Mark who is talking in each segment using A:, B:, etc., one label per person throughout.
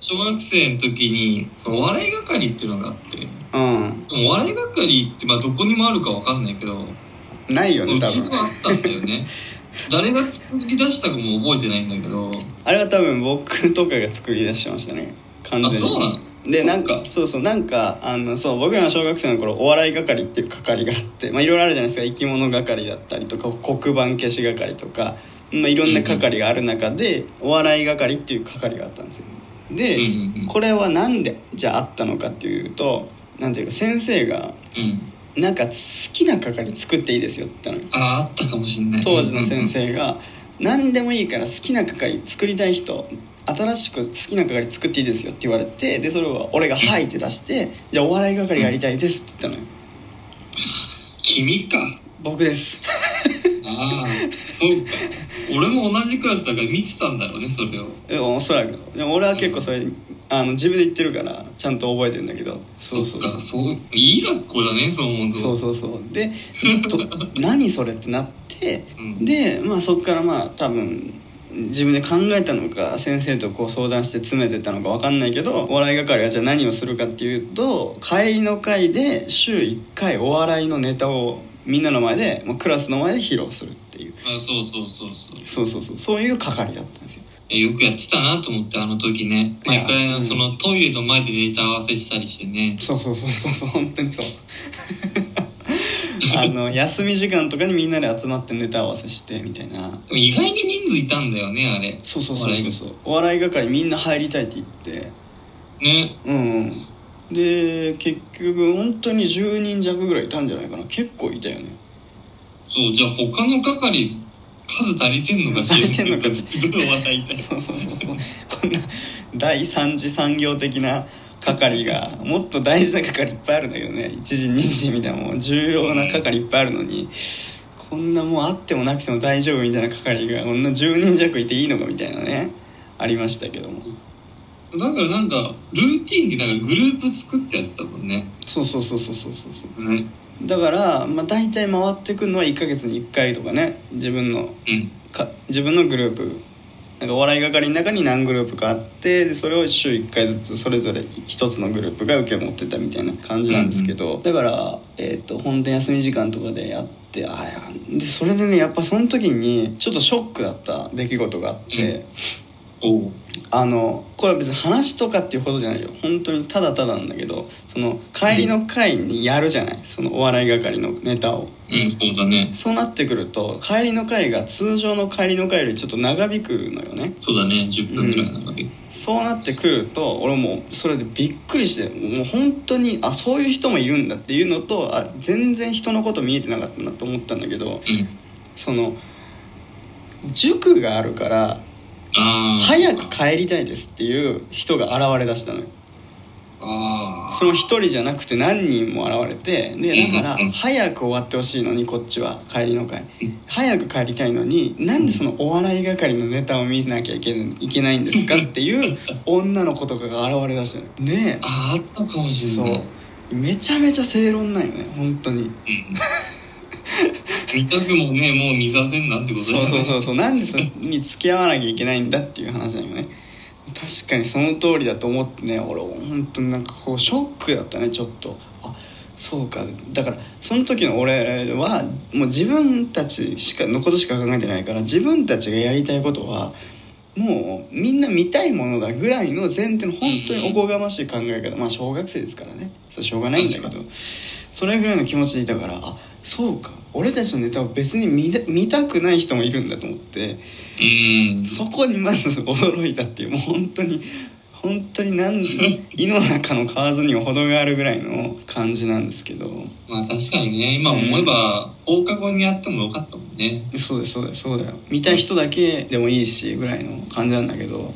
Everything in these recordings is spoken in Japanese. A: 小学生の時にそのお笑い係っていうのがあってで
B: うん
A: もお笑い係ってまあどこにもあるかわかんないけど
B: ないよね
A: う
B: 多
A: ちに
B: 分
A: はあったんだよ ね誰が作り出したかも覚えてないんだけど
B: あれは多分僕とかが作り出してましたね完
A: あ
B: 全
A: そうな
B: に
A: の
B: で
A: そっ
B: なんかそうそうなんかあのそう僕らの小学生の頃お笑い係っていう係があってまあいろいろあるじゃないですか生き物係だったりとか黒板消し係とか、まあ、いろんな係がある中で、お笑い係っていう係があったんですよで、
A: うんうんうん
B: これはなんでじゃああったのかっていうとなんていうか先生が
A: うん
B: なんか好きな係作っていいですよって言ったのよ
A: あああったかもしんない
B: 当時の先生が何でもいいから好きな係作りたい人新しく好きな係作っていいですよって言われてでそれを俺が「はい」って出して「じゃあお笑い係やりたいです」って言ったのよ
A: 君か
B: 僕です
A: ああそうか俺も同じクラスだから見てたんだろうねそれを
B: えおそらくでも俺は結構それあの自分で言ってるからちゃんと覚えてるんだけどそうそう
A: そっかそういい学校だねそう思うと
B: そうそうそうで と何それってなって
A: うん
B: で、まあ、そこからまあ多分自分で考えたのか先生とこう相談して詰めてったのか分かんないけどお笑い係はじゃあ何をするかっていうと帰りの会で週1回お笑いのネタをみんなの前で、まあ、クラスの前で披露するっていう
A: あそうそうそうそう
B: そうそうそうそういう係だったんですよ
A: えよくやってたなと思ってあの時ね
B: いや
A: 毎回あ
B: う
A: の
B: ん
A: そのトイレの前でネタ合わせしたりしてね
B: そうそうそうそうそう本 当にそうあの休み時間とかにみんなで集まってネタ合わせしてみたいな
A: でも意外に人数いたんだよねあれ
B: そうそうそうそうそうお笑い係みんな入りたいって言って
A: ね
B: うんで結局本当に10人弱ぐらいいたんじゃないかな結構いたよね
A: そうじゃあ他の係数足りてんのか
B: 足りてんのか
A: 自分すごい笑いたい
B: そうそうそうそうこんな第三次産業的な係がもっと大事な係いっぱいあるんだけどね1時2時みたいなもう重要な係いっぱいあるのにこんなもうあってもなくても大丈夫みたいな係がこんな10人弱いていいのかみたいなねありましたけども
A: だからなんかルーティンでなんかグループ作ってやってたもんね
B: そうそうそうそうそうそうそう
A: ね
B: だから、まあ、大体回ってくるのは1ヶ月に1回とかね自分の
A: うん
B: か自分のグループなんかお笑い係の中に何グループかあってでそれを週1回ずつそれぞれ1つのグループが受け持ってたみたいな感じなんですけど、だから、えー、と本当に休み時間とかでやってあれでそれでねやっぱその時にちょっとショックだった出来事があって、
A: おう
B: あのこれは別に話とかっていうほどじゃないよ本当にただただなんだけどその帰りの会にやるじゃない、そのお笑い係のネタを。
A: うんそうだね
B: そうなってくると帰りの会が通常の帰りの会よりちょっと長引くのよね
A: そうだね10分ぐらいなんかけ
B: そうなってくると俺もうそれでびっくりしてもう本当にあそういう人もいるんだっていうのとあ全然人のこと見えてなかったなと思ったんだけど
A: うん
B: その塾があるから
A: ああ
B: 早く帰りたいですっていう人が現れだしたのよ
A: ああ
B: その一人じゃなくて何人も現れてでだか
A: うんう
B: ら
A: ん
B: 早く終わってほしいのにこっちは帰りの会早く帰りたいのになんでそのお笑い係のネタを見なきゃいけないいけないんですかっていう 女の子とかが現れだしたのね
A: ああったかも
B: え
A: しれ
B: そ
A: ないう
B: めちゃめちゃ正論なんよね本当
A: う
B: に
A: ん見たくもねもう見させんなってことだ
B: そう
A: よね
B: そうそうそうなんでそれに付き合わなきゃいけないんだっていう話だよね確かにその通りだと思ってね俺本当になんかこうショックだったねちょっとあそうかだからその時の俺はもう自分たちしかのことしか考えてないから自分たちがやりたいことはもうみんな見たいものだぐらいの前提の本当におこがましい考え方まあ小学生ですからねそれしょうがないんだけ
A: 確
B: どそれぐらいの気持ちでいたからあそうか俺たちのネタを別に見た見たくない人もいるんだと思って
A: うん
B: そこにまず驚いたっていうもう本当に本当に何井の中の蛙にも程があるぐらいの感じなんですけど
A: まあ確かにね今思えば放課後にやってもよかったもんね
B: そうだよそうだよそうだよ見たい人だけでもいいしぐらいの感じなんだけど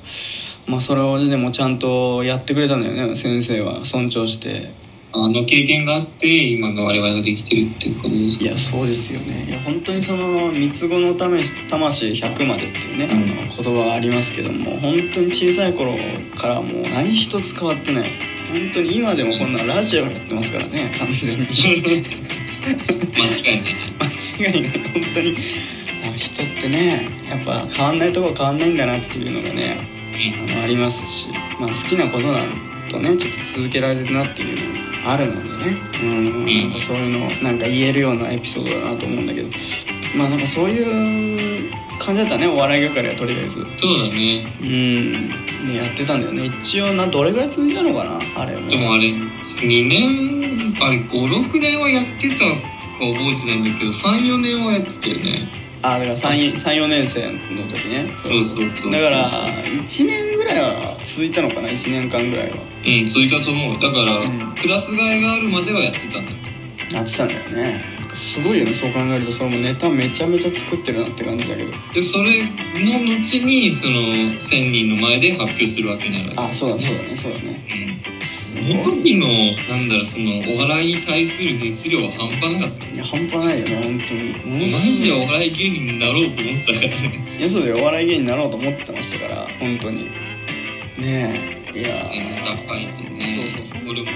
B: まあそれをでもちゃんとやってくれたんだよね先生は尊重して
A: あの経験があって今の我々ができてるっていうことです
B: いやそうですよねいや本当にその三つ子のため魂100までっていうね、
A: うん
B: あの言葉がありますけども本当に小さい頃からもう何一つ変わってない本当に今でもこんなラジオやってますからね完全 に
A: 間違いない
B: 間違いない本当にあ人ってねやっぱ変わんないとこは変わんないんだなっていうのがねあのありますしまあ、好きなことだとねちょっと続けられるなっていうのもあるのでねうん
A: ん
B: なんかそういうのをなんか言えるようなエピソードだなと思うんだけどまあなんかそういう感じだったねお笑い係はとりあえず
A: そうだね
B: うんねやってたんだよね一応などれぐらい続いたのかなあれは
A: でもあれ2年あれ56年はやってたか覚えてないんだけど34年はやってたよね
B: あだから34年生の時ね
A: そうそうそう
B: だから1年ぐらいは続いたのかな1年間ぐらいは
A: うん続いたと思うだから、
B: うん
A: クラス替えがあるまではやってたんだ
B: やってたんだよねすごいよねそう考えるとそれもネタめちゃめちゃ作ってるなって感じだけど
A: でそれの後にその1000人の前で発表するわけになるわけ
B: あそうだそうだねそうだね
A: うん
B: す
A: その
B: ごい
A: 時のなんだろうそのお笑いに対する熱量は半端なかった
B: いや半端ないよね本当に
A: マ
B: ものすごい
A: ジでお笑い芸人になろうと思ってたからね
B: いやそうだよお笑い芸人になろうと思ってましたから本当にねえいや
A: 脱
B: ー
A: 会ってね
B: そう
A: 俺も